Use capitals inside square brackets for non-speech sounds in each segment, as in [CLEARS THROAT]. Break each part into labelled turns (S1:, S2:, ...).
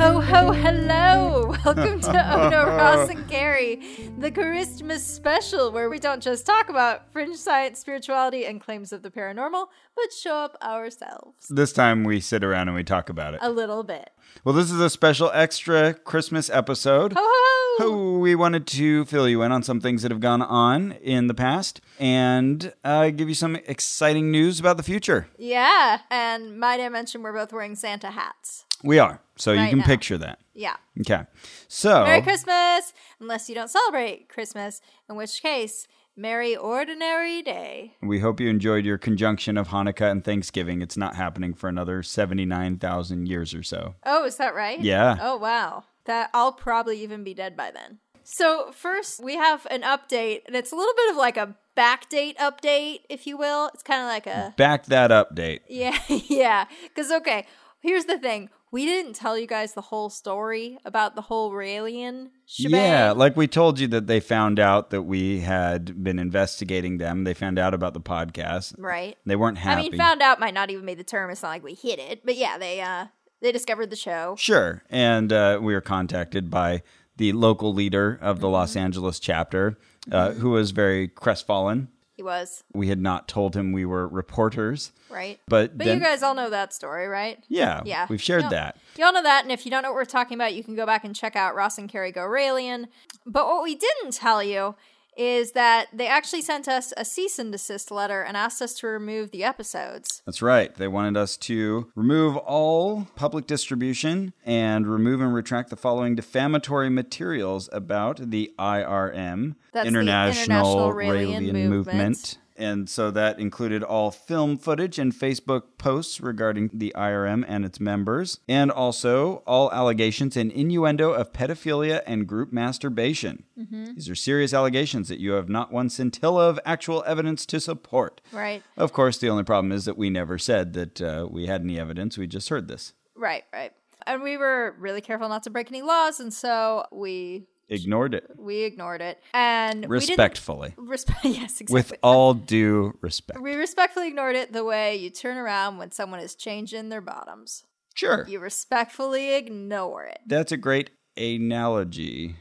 S1: Ho ho hello! [LAUGHS] Welcome to Ono Ross and Gary, the Christmas special where we don't just talk about fringe science, spirituality, and claims of the paranormal, but show up ourselves
S2: This time we sit around and we talk about it.
S1: a little bit.
S2: Well, this is a special extra Christmas episode.
S1: Ho ho ho!
S2: We wanted to fill you in on some things that have gone on in the past and uh, give you some exciting news about the future.
S1: Yeah, and might I mention we're both wearing Santa hats.
S2: We are, so you
S1: Right
S2: can
S1: now.
S2: picture that.
S1: Yeah.
S2: Okay. So,
S1: Merry Christmas! Unless you don't celebrate Christmas, in which case, Merry Ordinary Day.
S2: we hope you enjoyed your conjunction of Hanukkah and Thanksgiving. It's not happening for another 79,000 years or so.
S1: Oh, is that right?
S2: Yeah.
S1: Oh, wow. That I'll probably even be dead by then. So, first, we have an update, and it's a little bit of like a backdate update, if you will. It's kind of like a.
S2: Back that update.
S1: Yeah, [LAUGHS] yeah. Because, okay, here's the thing we didn't tell you guys the whole story about the whole Raelian shebang.
S2: Yeah, like we told you that they found out that we had been investigating them. They found out about the podcast.
S1: Right?
S2: They weren't happy.
S1: I mean, found out might not even be the term. It's not like we hid it, but yeah, they uh they discovered the show.
S2: sure. And uh, we were contacted by the local leader of the Los
S1: Mm-hmm.
S2: Angeles chapter, uh, who was very crestfallen.
S1: He was
S2: We had not told him we were reporters,
S1: right,
S2: but,
S1: but
S2: then,
S1: you guys all know that story, right?
S2: yeah,
S1: Yeah.
S2: we've shared
S1: Y'all-
S2: that.
S1: Y'all know that, and if you don't know what we're talking about, you can go back and check out Ross and Carrie Go Raelian. But what we didn't tell you is that they actually sent us a cease and desist letter and asked us to remove the episodes.
S2: That's right. They wanted us to remove all public distribution and remove and retract the following defamatory materials about the IRM,
S1: That's the International Raelian Movement.
S2: And so that included all film footage and Facebook posts regarding the IRM and its members, and also all allegations and innuendo of pedophilia and group masturbation.
S1: Mm-hmm.
S2: These are serious allegations that you have not one scintilla of actual evidence to support.
S1: Right,
S2: Of course, the only problem is that we never said that uh, we had any evidence. We just heard this.
S1: right, right. And we were really careful not to break any laws, and so we
S2: Ignored it
S1: we ignored it and
S2: respectfully,
S1: We didn't, respect. [LAUGHS] Yes, exactly.
S2: with all due respect.
S1: We respectfully ignored it the way you turn around when someone is changing their bottoms.
S2: Sure.
S1: You respectfully ignore it. [LAUGHS]
S2: That's a great analogy.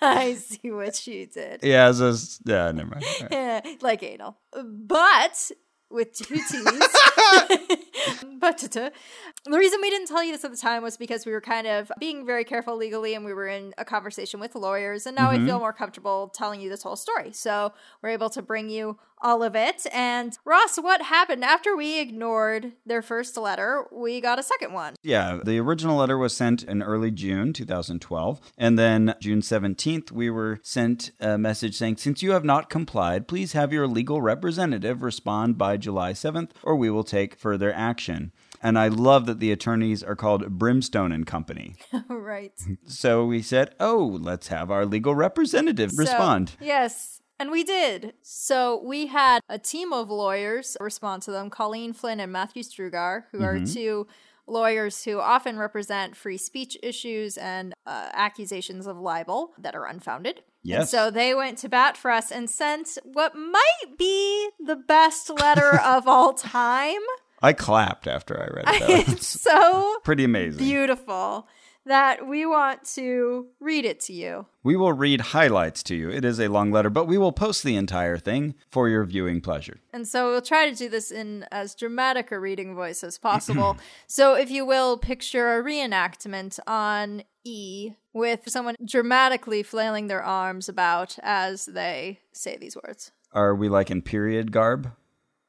S1: I see what you did.
S2: Yeah, as a, s- yeah, never mind. All
S1: [LAUGHS]
S2: right.
S1: like anal. But with two T's. but ta-ta. the reason we didn't tell you this at the time was because we were kind of being very careful legally and we were in a conversation with lawyers and now I feel more comfortable telling you this whole story. So we're able to bring you all of it. And Ross, what happened after we ignored their first letter? We got a second one. [LAUGHS]
S2: Yeah, the original letter was sent in early June 2012. And then June 17th, we were sent a message saying, Since you have not complied, please have your legal representative respond by July 7th, or we will take further action. And I love that the attorneys are called Brimstone and Company.
S1: right.
S2: So we said, oh, let's have our legal representative
S1: So-
S2: respond.
S1: yes. And we did. So we had a team of lawyers respond to them Colleen Flynn and Matthew Strugar, who are
S2: Mm-hmm.
S1: two lawyers who often represent free speech issues and uh, accusations of libel that are unfounded. And
S2: Yes.
S1: so they went to bat for us and sent what might be the best
S2: [LAUGHS]
S1: letter of all time.
S2: I clapped after I read it.
S1: [LAUGHS]
S2: Though. [LAUGHS]
S1: It's so
S2: Pretty amazing.
S1: beautiful that we want to read it to you.
S2: we will read highlights to you. It is a long letter, but we will post the entire thing for your viewing pleasure.
S1: And so we'll try to do this in as dramatic a reading voice
S2: [CLEARS THROAT]
S1: as possible. so, if you will, picture a reenactment on E with someone dramatically flailing their arms about as they say these words.
S2: Are we like in period garb?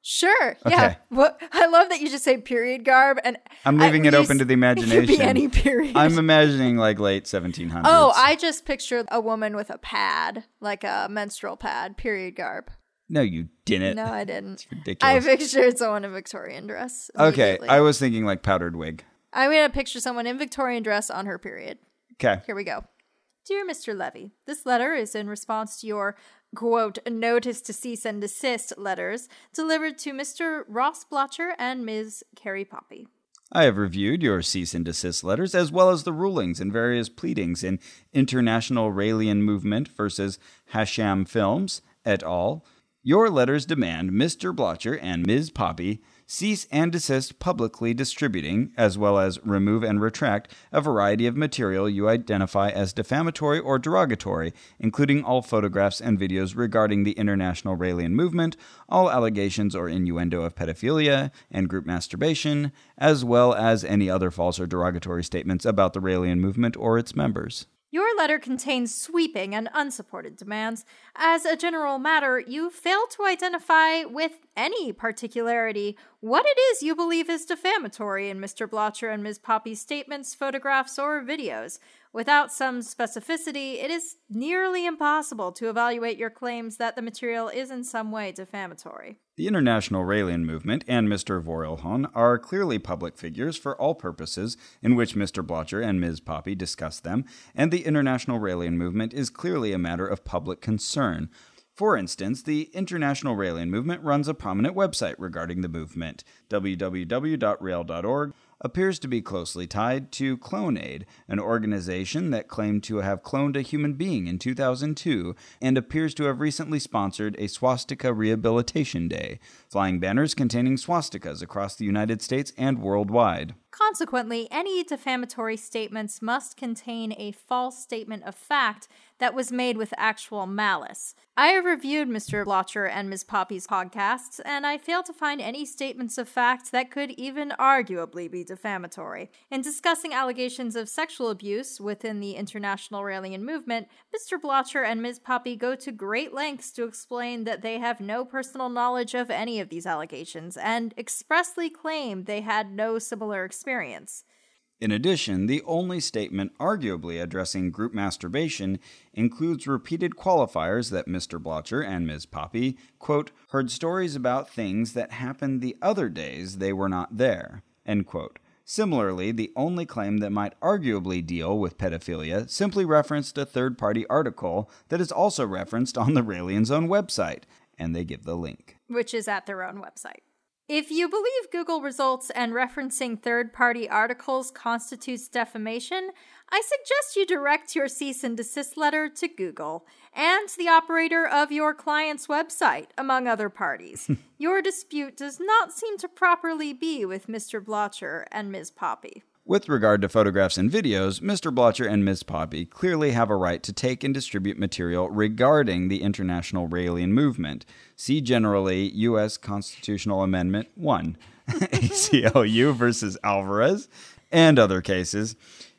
S1: Sure. Yeah.
S2: Okay.
S1: What, I love that you just say period garb, and
S2: I'm leaving
S1: I-
S2: it
S1: you
S2: open
S1: s-
S2: to
S1: [LAUGHS]
S2: the
S1: It could
S2: imagination.
S1: be any period.
S2: I'm imagining like late 1700s.
S1: oh, I just pictured a woman with a pad, like a menstrual pad, period garb.
S2: No, you didn't.
S1: No, I didn't. I
S2: Eh. Ridiculous.
S1: pictured someone in a Victorian dress.
S2: okay,
S1: immediately.
S2: I was thinking like powdered wig.
S1: I'm going to picture someone in Victorian dress on her period.
S2: Okay.
S1: Here we go. Dear Mr. Levy, this letter is in response to your quote notice to cease and desist letters delivered to Mr. Ross Blotcher and Ms. Carrie Poppy.
S2: I have reviewed your cease and desist letters, as well as the rulings and various pleadings in International Raelian Movement versus Hasham Films et al. Your letters demand Mr. Blotcher and Ms. Poppy cease and desist publicly distributing, as well as remove and retract, a variety of material you identify as defamatory or derogatory, including all photographs and videos regarding the international Raelian movement, all allegations or innuendo of pedophilia and group masturbation, as well as any other false or derogatory statements about the Raelian movement or its members.
S1: Your letter contains sweeping and unsupported demands. As a general matter, you fail to identify with any particularity what it is you believe is defamatory in Mr. Blotcher and Ms. Poppy's statements, photographs, or videos. Without some specificity, it is nearly impossible to evaluate your claims that the material is in some way defamatory.
S2: The International Raelian Movement and Mr. Vorelhon are clearly public figures for all purposes in which Mr. Blotcher and Ms. Poppy discuss them, and the International Raelian Movement is clearly a matter of public concern. For instance, the International Raelian Movement runs a prominent website regarding the movement. www.rail.org appears to be closely tied to CloneAid, an organization that claimed to have cloned a human being in 2002 and appears to have recently sponsored a swastika rehabilitation day, flying banners containing swastikas across the United States and worldwide.
S1: Consequently, any defamatory statements must contain a false statement of fact that was made with actual malice. I have reviewed Mr. Blotcher and Ms. Poppy's podcasts, and I fail to find any statements of fact that could even arguably be defamatory. In discussing allegations of sexual abuse within the international Raelian movement, Mr. Blotcher and Ms. Poppy go to great lengths to explain that they have no personal knowledge of any of these allegations and expressly claim they had no similar experience.
S2: In addition, the only statement arguably addressing group masturbation includes repeated qualifiers that Mr. Blotcher and Ms. Poppy, quote, heard stories about things that happened the other days they were not there, end quote. Similarly, the only claim that might arguably deal with pedophilia simply referenced a third party article that is also referenced on the Raelian's own website, and they give the link.
S1: which is at their own website. If you believe Google results and referencing third party articles constitutes defamation, I suggest you direct your cease and desist letter to Google and the operator of your client's website, among other parties. your dispute does not seem to properly be with Mr. Blotcher and Ms. Poppy.
S2: With regard to photographs and videos, Mr. Blotcher and Ms. Poppy clearly have a right to take and distribute material regarding the international Raelian movement. See generally U.S. Constitutional Amendment [LAUGHS] 1, ACLU versus Alvarez, and other cases.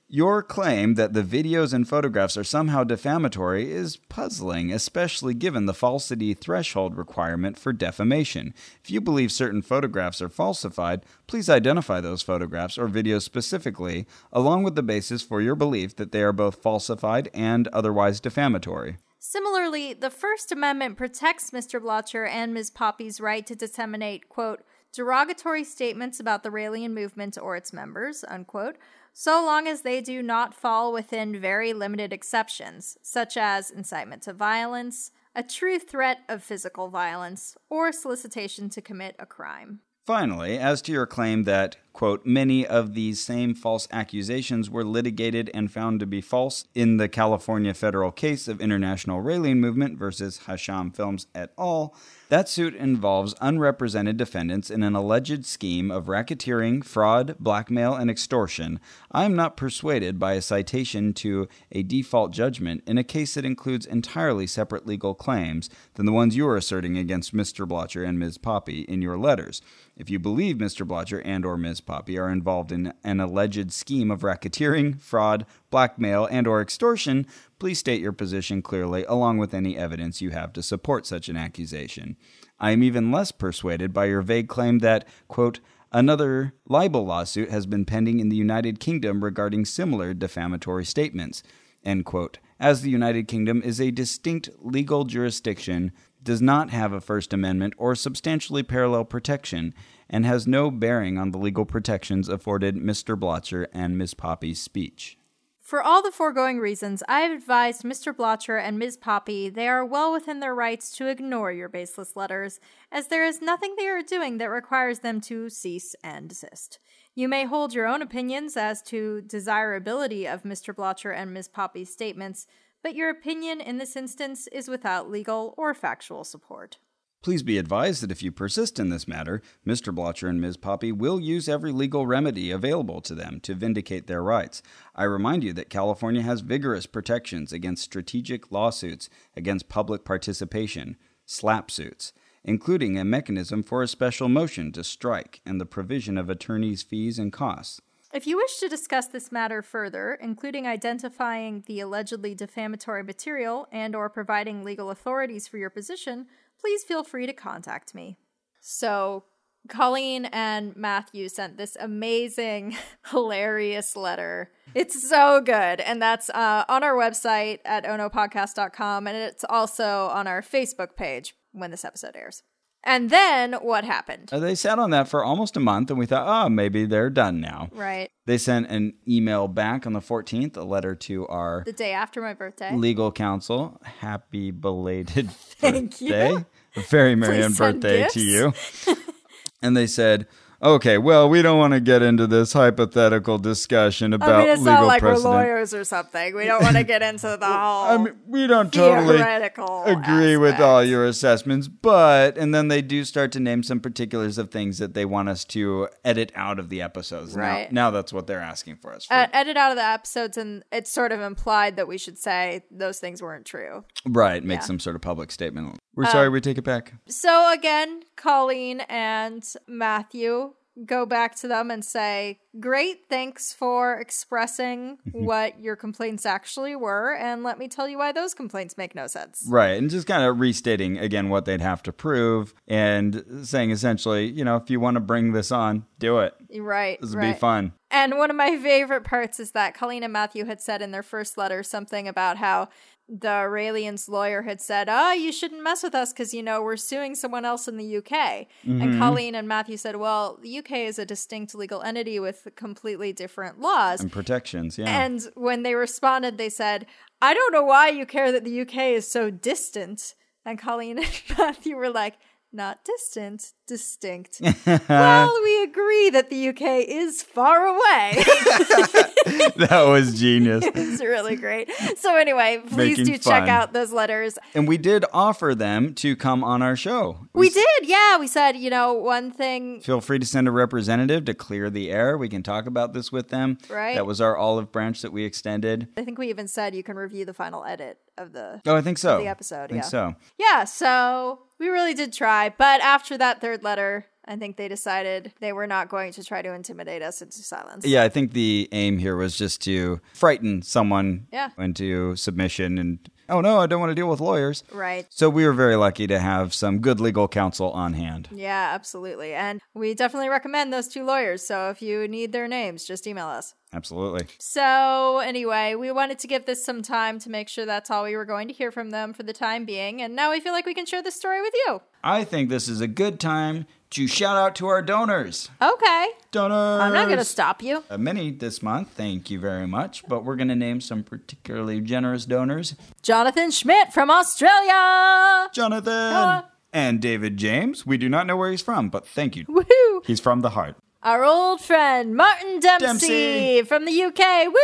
S2: Your claim that the videos and photographs are somehow defamatory is puzzling, especially given the falsity threshold requirement for defamation. If you believe certain photographs are falsified, please identify those photographs or videos specifically, along with the basis for your belief that they are both falsified and otherwise defamatory.
S1: Similarly, the First Amendment protects Mr. Blotcher and Ms. Poppy's right to disseminate, quote, derogatory statements about the Raelian movement or its members, unquote, so long as they do not fall within very limited exceptions, such as incitement to violence, a true threat of physical violence, or solicitation to commit a crime.
S2: Finally, as to your claim that, quote, many of these same false accusations were litigated and found to be false in the California federal case of International Raelian Movement versus Hasham Films et al., that suit involves unrepresented defendants in an alleged scheme of racketeering, fraud, blackmail, and extortion. I am not persuaded by a citation to a default judgment in a case that includes entirely separate legal claims than the ones you are asserting against Mr. Blotcher and Ms. Poppy in your letters. If you believe Mr. Blotcher and or Ms. Poppy are involved in an alleged scheme of racketeering, fraud, blackmail, and or extortion, please state your position clearly along with any evidence you have to support such an accusation. I am even less persuaded by your vague claim that, quote, another libel lawsuit has been pending in the United Kingdom regarding similar defamatory statements, end quote. As the United Kingdom is a distinct legal jurisdiction does not have a First Amendment or substantially parallel protection and has no bearing on the legal protections afforded Mr. Blotcher and Miss Poppy's speech.
S1: For all the foregoing reasons, I have advised Mr. Blotcher and Ms. Poppy they are well within their rights to ignore your baseless letters, as there is nothing they are doing that requires them to cease and desist. You may hold your own opinions as to desirability of Mr. Blotcher and Ms. Poppy's statements, but your opinion in this instance is without legal or factual support.
S2: Please be advised that if you persist in this matter, Mr. Blotcher and Ms. Poppy will use every legal remedy available to them to vindicate their rights. I remind you that California has vigorous protections against strategic lawsuits against public participation, slap suits, including a mechanism for a special motion to strike and the provision of attorneys' fees and costs.
S1: If you wish to discuss this matter further, including identifying the allegedly defamatory material and or providing legal authorities for your position, please feel free to contact me. So, Colleen and Matthew sent this amazing, [LAUGHS] hilarious letter. It's so good. And that's uh, on our website at onopodcast.com. And it's also on our Facebook page when this episode airs. And then what happened?
S2: Uh, They sat on that for almost a month, and we thought, oh, maybe they're done now.
S1: Right.
S2: They sent an email back on the 14th, a letter to our
S1: The day after my birthday.
S2: legal counsel. Happy
S1: [LAUGHS]
S2: belated
S1: Thank you.
S2: birthday. A very merry
S1: Please
S2: and
S1: send
S2: birthday to you.
S1: [LAUGHS]
S2: and they said, okay, well, we don't want to get into this hypothetical discussion about
S1: I mean, it's
S2: legal
S1: not like
S2: precedent.
S1: we're lawyers or something. We don't want to get into the whole
S2: I mean, we don't totally
S1: theoretical
S2: agree with
S1: aspect.
S2: all your assessments, but and then they do start to name some particulars of things that they want us to edit out of the episodes. Now-
S1: Right.
S2: Now, that's what they're asking for us. For.
S1: uh, edit out of the episodes, and it's sort of implied that we should say those things weren't true.
S2: right. Make some sort of public statement.
S1: Uh,
S2: We're sorry. We take it back.
S1: So again, Colleen and Matthew go back to them and say, "Great, thanks for expressing
S2: Mm-hmm.
S1: what your complaints actually were, and let me tell you why those complaints make no sense."
S2: Right. And just kind of restating again what they'd have to prove and saying essentially, you know, if you want to bring this on, do it.
S1: Right,
S2: This would
S1: right.
S2: be fun.
S1: And one of my favorite parts is that Colleen and Matthew had said in their first letter something about how the Aurelian's lawyer had said, Oh, you shouldn't mess with us because, you know, we're suing someone else in the UK. And Colleen and Matthew said, Well, the UK is a distinct legal entity with completely different laws.
S2: And protections. Yeah.
S1: And when they responded, they said, I don't know why you care that the UK is so distant. And Colleen [LAUGHS] and Matthew were like, not distant, distinct. well, we agree that the UK is far away.
S2: [LAUGHS] that was genius.
S1: it's really great. So, anyway, please
S2: Making
S1: do check
S2: fun.
S1: out those letters.
S2: and we did offer them to come on our show.
S1: We did, yeah. We said, you know, one thing
S2: Feel free to send a representative to clear the air. We can talk about this with them.
S1: Right.
S2: That was our olive branch that we extended.
S1: I think we even said you can review the final edit of the
S2: Oh, I think so.
S1: The episode,
S2: I think
S1: yeah.
S2: so.
S1: Yeah, so we really did try, but after that third letter, I think they decided they were not going to try to intimidate us into silence.
S2: Yeah, I think the aim here was just to frighten someone
S1: Yeah.
S2: into submission and, oh no, I don't want to deal with lawyers.
S1: Right.
S2: So we were very lucky to have some good legal counsel on hand.
S1: Yeah, absolutely. And we definitely recommend those two lawyers. So if you need their names, just email us.
S2: Absolutely.
S1: So, anyway, we wanted to give this some time to make sure that's all we were going to hear from them for the time being. And now we feel like we can share this story with you.
S2: I think this is a good time to shout out to our donors.
S1: Okay.
S2: Donors.
S1: I'm not going to stop you.
S2: Uh, many this month. Thank you very much. But we're going to name some particularly generous donors
S1: Jonathan Schmidt from Australia.
S2: Jonathan
S1: Hello.
S2: and David James. We do not know where he's from, but thank you.
S1: Woohoo.
S2: He's from the heart.
S1: Our old friend Martin Dempsey,
S2: Dempsey.
S1: from the UK. Woo!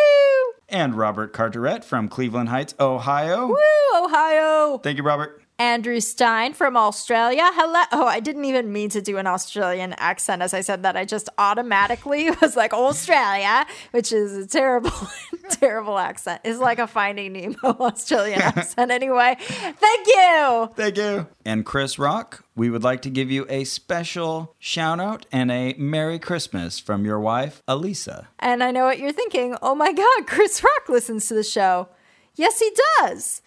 S2: And Robert Carteret from Cleveland Heights, Ohio.
S1: Woo, Ohio.
S2: Thank you, Robert.
S1: Andrew Stein from Australia. Hello. Oh, I didn't even mean to do an Australian accent as I said that. I just automatically [LAUGHS] was like Australia, which is a terrible, [LAUGHS] terrible accent. It's like a Finding Nemo [LAUGHS] Australian accent anyway. Thank you.
S2: Thank you. And Chris Rock, we would like to give you a special shout out and a Merry Christmas from your wife, Elisa.
S1: And I know what you're thinking. Oh my God, Chris Rock listens to the show. Yes, he does.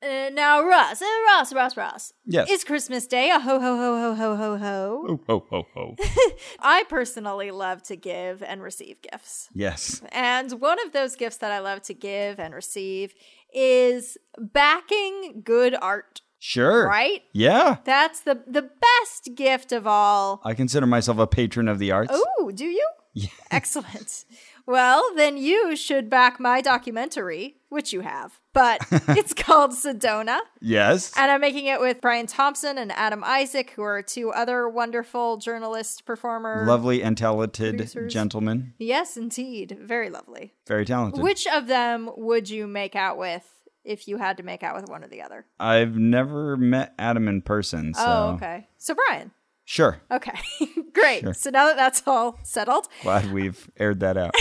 S1: Uh, now, Ross, uh, Ross, Ross, Ross.
S2: Yes.
S1: It's Christmas Day. A ho, ho, ho, ho, ho, ho, ho.
S2: Oh, ho, ho, ho.
S1: I personally love to give and receive gifts.
S2: [LAUGHS] yes.
S1: And one of those gifts that I love to give and receive is backing good art,
S2: Sure.
S1: right?
S2: Yeah.
S1: That's the, the best gift of all.
S2: I consider myself a patron of the arts.
S1: Oh, do you? Excellent. Well, then you should back my documentary, which you have, but it's called Sedona.
S2: Yes.
S1: And I'm making it with Brian Thompson and Adam Isaac, who are two other wonderful journalists, performer.
S2: Lovely and talented
S1: Producers.
S2: gentleman.
S1: Yes, indeed. Very lovely.
S2: Very talented.
S1: Which of them would you make out with if you had to make out with one or the other?
S2: I've never met Adam in person. So.
S1: Oh, okay. So, Brian.
S2: Sure.
S1: Okay. [LAUGHS] Great. So now that that's all settled,
S2: Glad we've aired
S1: [LAUGHS]
S2: that out.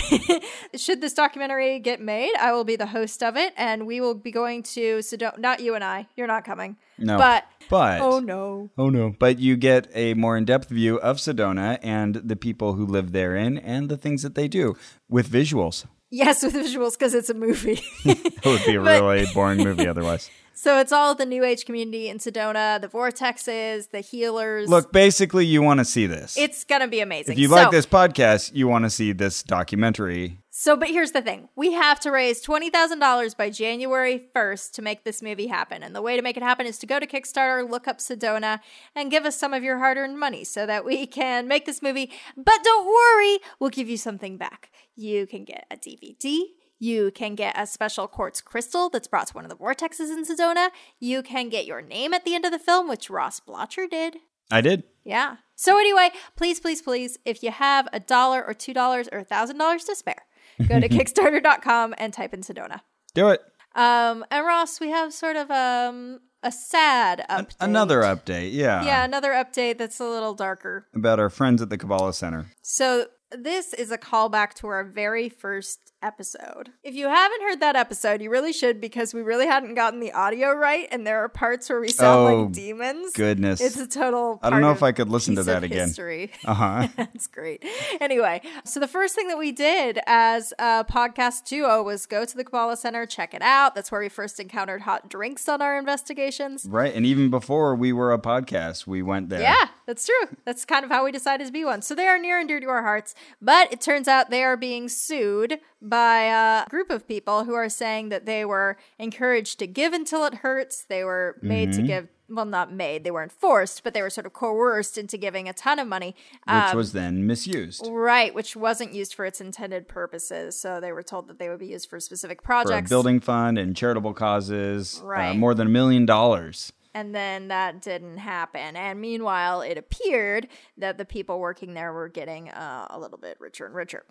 S1: should this documentary get made, I will be the host of it and we will be going to Sedona. Not you and I. You're not coming.
S2: No.
S1: But,
S2: But.
S1: oh no.
S2: Oh no. But you get a more in depth view of Sedona and the people who live therein and the things that they do with visuals.
S1: Yes, with visuals because it's a movie. [LAUGHS]
S2: It would be a
S1: But-
S2: really boring
S1: [LAUGHS]
S2: movie otherwise.
S1: so it's all the New Age community in Sedona, the vortexes, the healers.
S2: Look, basically, you want to see this.
S1: it's going to be amazing.
S2: if you
S1: So-
S2: like this podcast, you want to see this documentary.
S1: So, but here's the thing we have to raise $20,000 by January 1st to make this movie happen. And the way to make it happen is to go to Kickstarter, look up Sedona, and give us some of your hard earned money so that we [LAUGHS] can make this movie. But don't worry, we'll give you something back. You can get a DVD. You can get a special quartz crystal that's brought to one of the vortexes in Sedona. You can get your name at the end of the film, which Ross Blotcher did.
S2: I did.
S1: Yeah. So anyway, please, please, please, if you have a dollar or two dollars or a thousand dollars to spare, go
S2: [LAUGHS]
S1: to Kickstarter.com and type in Sedona.
S2: Do it.
S1: Um, and Ross, we have sort of um a sad update.
S2: Another uh, update. Yeah.
S1: yeah, another update that's a little darker.
S2: About our friends at the Kabbalah Center.
S1: So this is a callback to our very first episode. If you haven't heard that episode, you really should because we really hadn't gotten the audio right, and there are parts where we sound
S2: Oh,
S1: like demons.
S2: Goodness.
S1: It's a total.
S2: I don't know
S1: part
S2: if
S1: of-
S2: I could listen to
S1: piece
S2: that
S1: of
S2: again.
S1: History. [LAUGHS]
S2: Uh huh.
S1: That's great. Anyway, so the first thing that we did as a podcast duo was go to the Kabbalah Center, check it out. That's where we first encountered hot drinks on our investigations.
S2: right. And even before we were a podcast, we went there.
S1: Yeah, that's true. That's kind of how we decided to be one. So they are near and dear to our hearts, but it turns out they are being sued by a group of people who are saying that they were encouraged to give until it hurts. They were made to give, well, not made, they weren't forced, but they were sort of coerced into giving a ton of money.
S2: Which
S1: um,
S2: was then misused
S1: Right, which wasn't used for its intended purposes. So they were told that they would be used for specific
S2: for a
S1: projects.
S2: building fund and charitable causes. uh,
S1: Right.
S2: more than a million dollars.
S1: And then that didn't happen. And meanwhile, it appeared that the people working there were getting uh, a little bit richer and richer.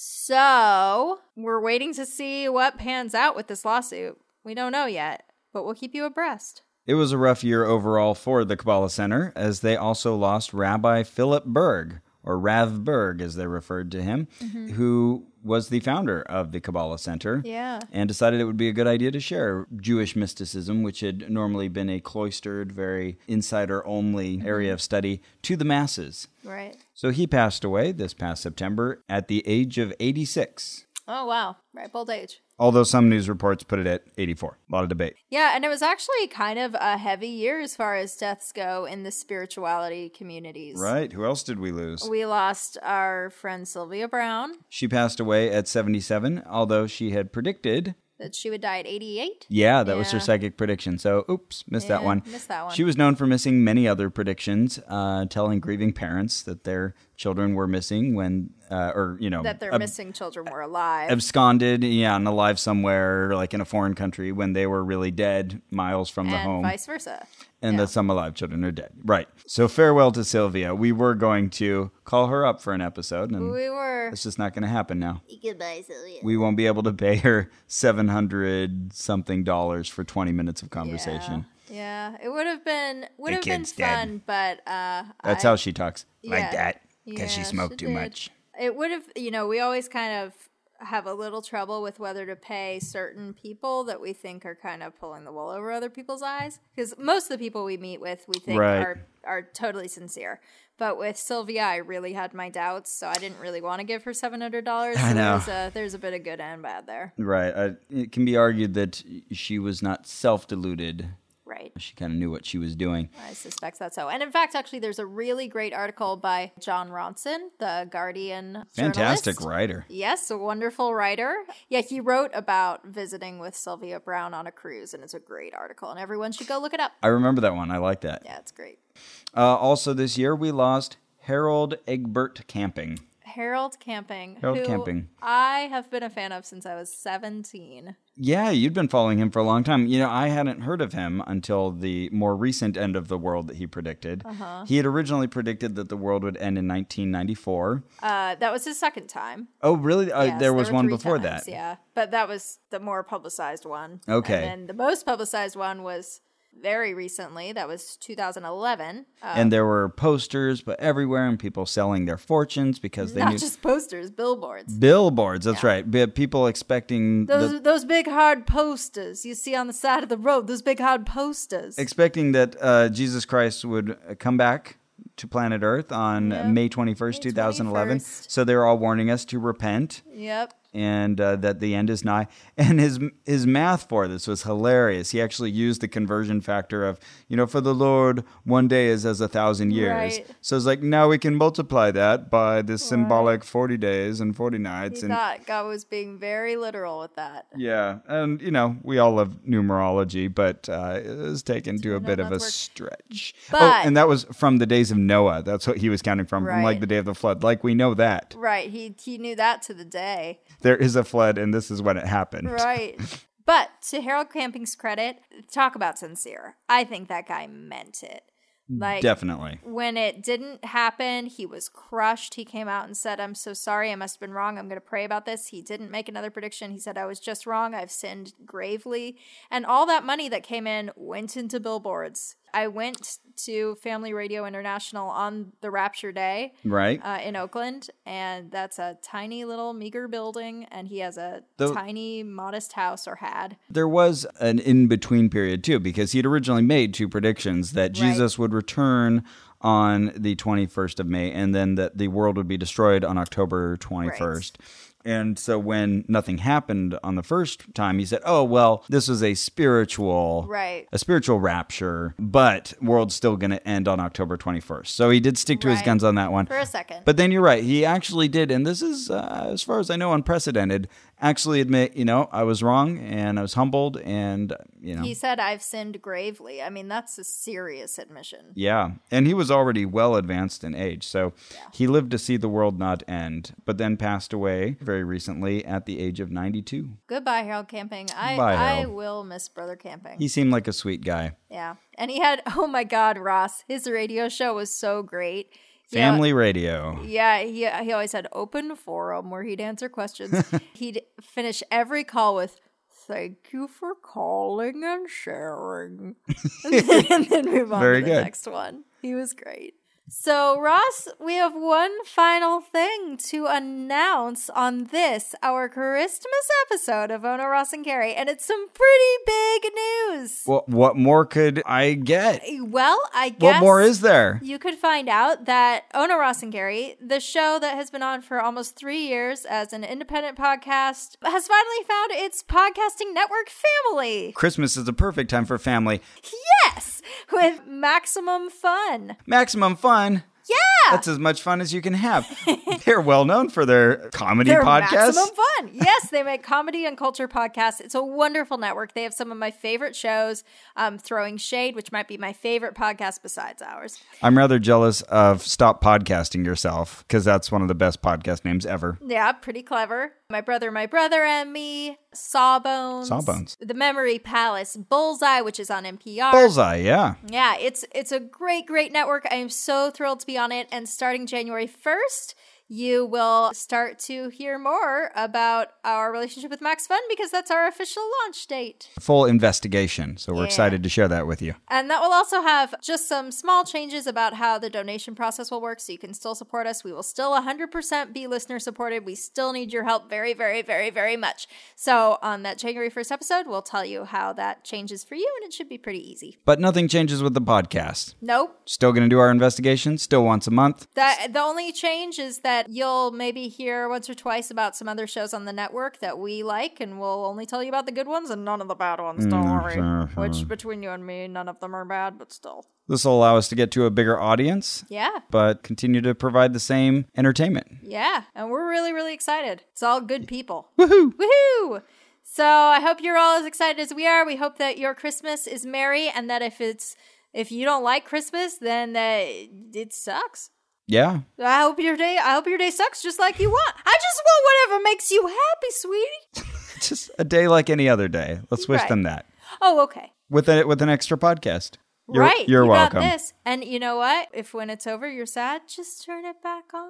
S1: So we're waiting to see what pans out with this lawsuit. We don't know yet, but we'll keep you abreast.
S2: It was a rough year overall for the Kabbalah Center, as they also lost Rabbi Philip Berg, or Rav Berg as they referred to him, who was the founder of the Kabbalah Center.
S1: Yeah.
S2: And decided it would be a good idea to share Jewish mysticism, which had normally been a cloistered, very insider only area of study, to the masses.
S1: Right.
S2: So he passed away this past September at the age of 86,
S1: Oh, wow. Right. Bold age.
S2: although some news reports put it at 84. A lot of debate.
S1: Yeah, and it was actually kind of a heavy year as far as deaths go in the spirituality communities.
S2: Right? Who else did we lose?
S1: We lost our friend Sylvia Brown,
S2: She passed away at 77, although she had predicted.
S1: that she would die at 88.
S2: Yeah, that was her
S1: Yeah.
S2: psychic prediction. So, oops, missed that
S1: Yeah,
S2: one.
S1: missed that one.
S2: She was known for missing many other predictions, uh, telling grieving parents that their children were missing when, uh, or, you know,
S1: That their
S2: ab-
S1: missing children were alive.
S2: absconded, yeah, and alive somewhere, like in a foreign country, when they were really dead miles from the
S1: and
S2: home.
S1: vice versa.
S2: and
S1: yeah.
S2: that some alive children are dead. Right. So, farewell to Sylvia. We were going to call her up for an episode, and
S1: We were.
S2: it's just not going to happen now.
S1: Goodbye, Sylvia.
S2: we won't be able to pay her 700 something dollars for 20 minutes of conversation.
S1: Yeah, it would have been would
S2: The
S1: have been
S2: kid's dead.
S1: fun, but uh,
S2: That's how she talks. Like
S1: Yeah.
S2: that. Because
S1: Yeah,
S2: she smoked too
S1: did.
S2: much.
S1: It would have, you know, we always kind of have a little trouble with whether to pay certain people that we think are kind of pulling the wool over other people's eyes because most of the people we meet with we think
S2: Right.
S1: are are totally sincere. But with Sylvia, I really had my doubts, so I didn't really want to give her seven hundred dollars.
S2: [LAUGHS] I know.
S1: There's a, there's a bit of good and bad there,
S2: Right. I, it can be argued that she was not self deluded.
S1: right?
S2: She kind of knew what she was doing.
S1: I suspect that's so. And in fact, actually, there's a really great article by John Ronson, the Guardian.
S2: Fantastic
S1: journalist.
S2: writer.
S1: Yes, a wonderful writer. Yeah, he wrote about visiting with Sylvia Brown on a cruise, and it's a great article, and everyone should go look it up.
S2: I remember that one. I like that.
S1: Yeah, it's great.
S2: Uh, also, this year we lost Harold Egbert Camping.
S1: Harold Camping.
S2: Harold
S1: who
S2: Camping.
S1: I have been a fan of since I was 17.
S2: Yeah, you'd been following him for a long time. You know, I hadn't heard of him until the more recent end of the world that he predicted.
S1: Uh-huh.
S2: He had originally predicted that the world would end in 1994.
S1: Uh, that was his second time.
S2: Oh, really? Uh,
S1: Yes,
S2: there was
S1: were
S2: one
S1: three
S2: before
S1: times,
S2: that.
S1: Yeah, but that was the more publicized one.
S2: Okay.
S1: And then the most publicized one was very recently. That was 2011. Uh,
S2: And there were posters but everywhere and people selling their fortunes because they
S1: not
S2: knew
S1: just posters, billboards.
S2: billboards. That's right. B- People expecting
S1: Those
S2: the,
S1: those big hard posters you see on the side of the road. Those big hard posters.
S2: expecting that uh, Jesus Christ would uh, come back to planet Earth on
S1: Yeah.
S2: May 21st, 2011.
S1: 21st.
S2: So they're all warning us to repent.
S1: yep.
S2: and uh, that the end is nigh. [LAUGHS] And his his math for this was hilarious. He actually used the conversion factor of you know for the Lord one day is as a thousand years.
S1: Right.
S2: So it's like now we can multiply that by this symbolic forty days and forty nights
S1: He
S2: and.
S1: thought God was being very literal with that.
S2: yeah, and you know we all love numerology, but uh, it was taken to a
S1: no
S2: bit of a
S1: math work.
S2: stretch. Oh,
S1: But-
S2: and that was from the days of Noah. That's what he was counting from, from like
S1: Right.
S2: the day of the flood. Like we know that
S1: Right. He he knew that to the day.
S2: there is a flood, and this is when it happened.
S1: Right. but to Harold Camping's credit, talk about sincere. I think that guy meant it. Like
S2: Definitely.
S1: when it didn't happen, he was crushed. He came out and said, I'm so sorry. I must have been wrong. I'm going to pray about this. He didn't make another prediction. He said, I was just wrong. I've sinned gravely. And all that money that came in went into billboards. I went to Family Radio International on the Rapture Day
S2: Right.
S1: uh, in Oakland, and that's a tiny little meager building, and he has a
S2: The-
S1: tiny modest house or had.
S2: There was an in between period too, because he'd originally made two predictions that Jesus would return on the 21st of May and then that the world would be destroyed on October 21st. And so when nothing happened on the first time, he said, "Oh well, this was a spiritual,
S1: Right.
S2: a spiritual rapture, but world's still going to end on October 21st." So he did stick to his
S1: Right.
S2: guns on that one.
S1: For a second.
S2: But then you're right. He actually did, and this is, uh, as far as I know, unprecedented. Actually, admit, you know, I was wrong, and I was humbled, and you know,
S1: he said, I've sinned gravely. I mean, that's a serious admission.
S2: yeah. And he was already well advanced in age, so he lived to see the world not end. But then passed away very recently at the age of 92.
S1: Goodbye, Harold Camping. I,
S2: Bye,
S1: I
S2: Harold.
S1: will miss Brother Camping.
S2: He seemed like a sweet guy.
S1: yeah. And he had, [LAUGHS] oh my God, Ross, his radio show was so great. You know,
S2: Family radio.
S1: Yeah, he he always had open forum where he'd answer
S2: [LAUGHS]
S1: questions. he'd finish every call with "Thank you for calling and sharing," [LAUGHS] and then move on
S2: Very
S1: to the
S2: good.
S1: next one. He was great. So, Ross, we have one final thing to announce on this, our Christmas episode of Ona Ross and Carrie, and it's some pretty big news.
S2: Well, what more could I get?
S1: Well, I guess.
S2: What more is there?
S1: You could find out that Ona Ross and Gary, the show that has been on for almost three years as an independent podcast, has finally found its podcasting network family.
S2: Christmas is the perfect time for family.
S1: Yes, with maximum fun.
S2: Maximum fun.
S1: Yeah,
S2: That's as much fun as you can have. [LAUGHS] They're well known for their comedy
S1: they're
S2: podcasts.
S1: maximum fun. Yes, they make comedy and culture podcasts. It's a wonderful network. They have some of my favorite shows, um, Throwing Shade, which might be my favorite podcast besides ours.
S2: I'm rather jealous of Stop Podcasting Yourself because that's one of the best podcast names ever.
S1: Yeah, pretty clever. My brother, my brother, and me. Sawbones.
S2: Sawbones.
S1: The Memory Palace. Bullseye, which is on NPR.
S2: Bullseye, yeah.
S1: yeah, it's it's a great, great network. I am so thrilled to be on it. And starting January first, you will start to hear more about our relationship with Max Fun because that's our official launch date.
S2: Full investigation. So we're
S1: Yeah.
S2: excited to share that with you.
S1: And that will also have just some small changes about how the donation process will work. So you can still support us. We will still 100% be listener supported. We still need your help very, very, very, very much. So on that January 1st episode, we'll tell you how that changes for you, and it should be pretty easy.
S2: But nothing changes with the podcast.
S1: Nope.
S2: Still going to do our investigation, still once a month.
S1: That the only change is that you'll maybe hear once or twice about some other shows on the network that we like, and we'll only tell you about the good ones and none of the bad ones. Don't worry. Which between you and me, none of them are bad, but still.
S2: This will allow us to get to a bigger audience,
S1: Yeah.
S2: but continue to provide the same entertainment.
S1: Yeah, and we're really, really excited. It's all good people.
S2: Woohoo!
S1: Woohoo! So I hope you're all as excited as we are. We hope that your Christmas is merry and that if it's if you don't like Christmas, then that it sucks.
S2: Yeah. [LAUGHS]
S1: I hope your day. I hope your day sucks just like you want. I just want whatever makes you happy, sweetie.
S2: Just a day like any other day. Let's wish
S1: Right.
S2: them that.
S1: Oh, okay.
S2: With a, with an extra podcast. You're,
S1: right.
S2: You're
S1: you
S2: welcome.
S1: Got this. And you know what? If when it's over, you're sad, just turn it back on.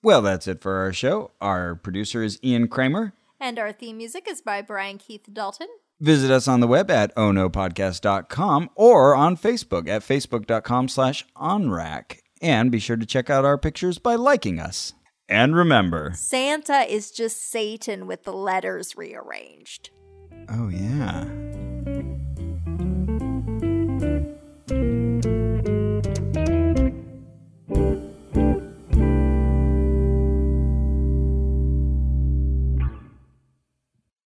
S2: Well, that's it for our show. Our producer is Ian Kramer.
S1: And our theme music is by Brian Keith Dalton.
S2: Visit us on the web at onopodcast.com or on Facebook at facebook.com slash onrack. And be sure to check out our pictures by liking us. And remember.
S1: Santa is just Satan with the letters rearranged.
S2: Oh, yeah.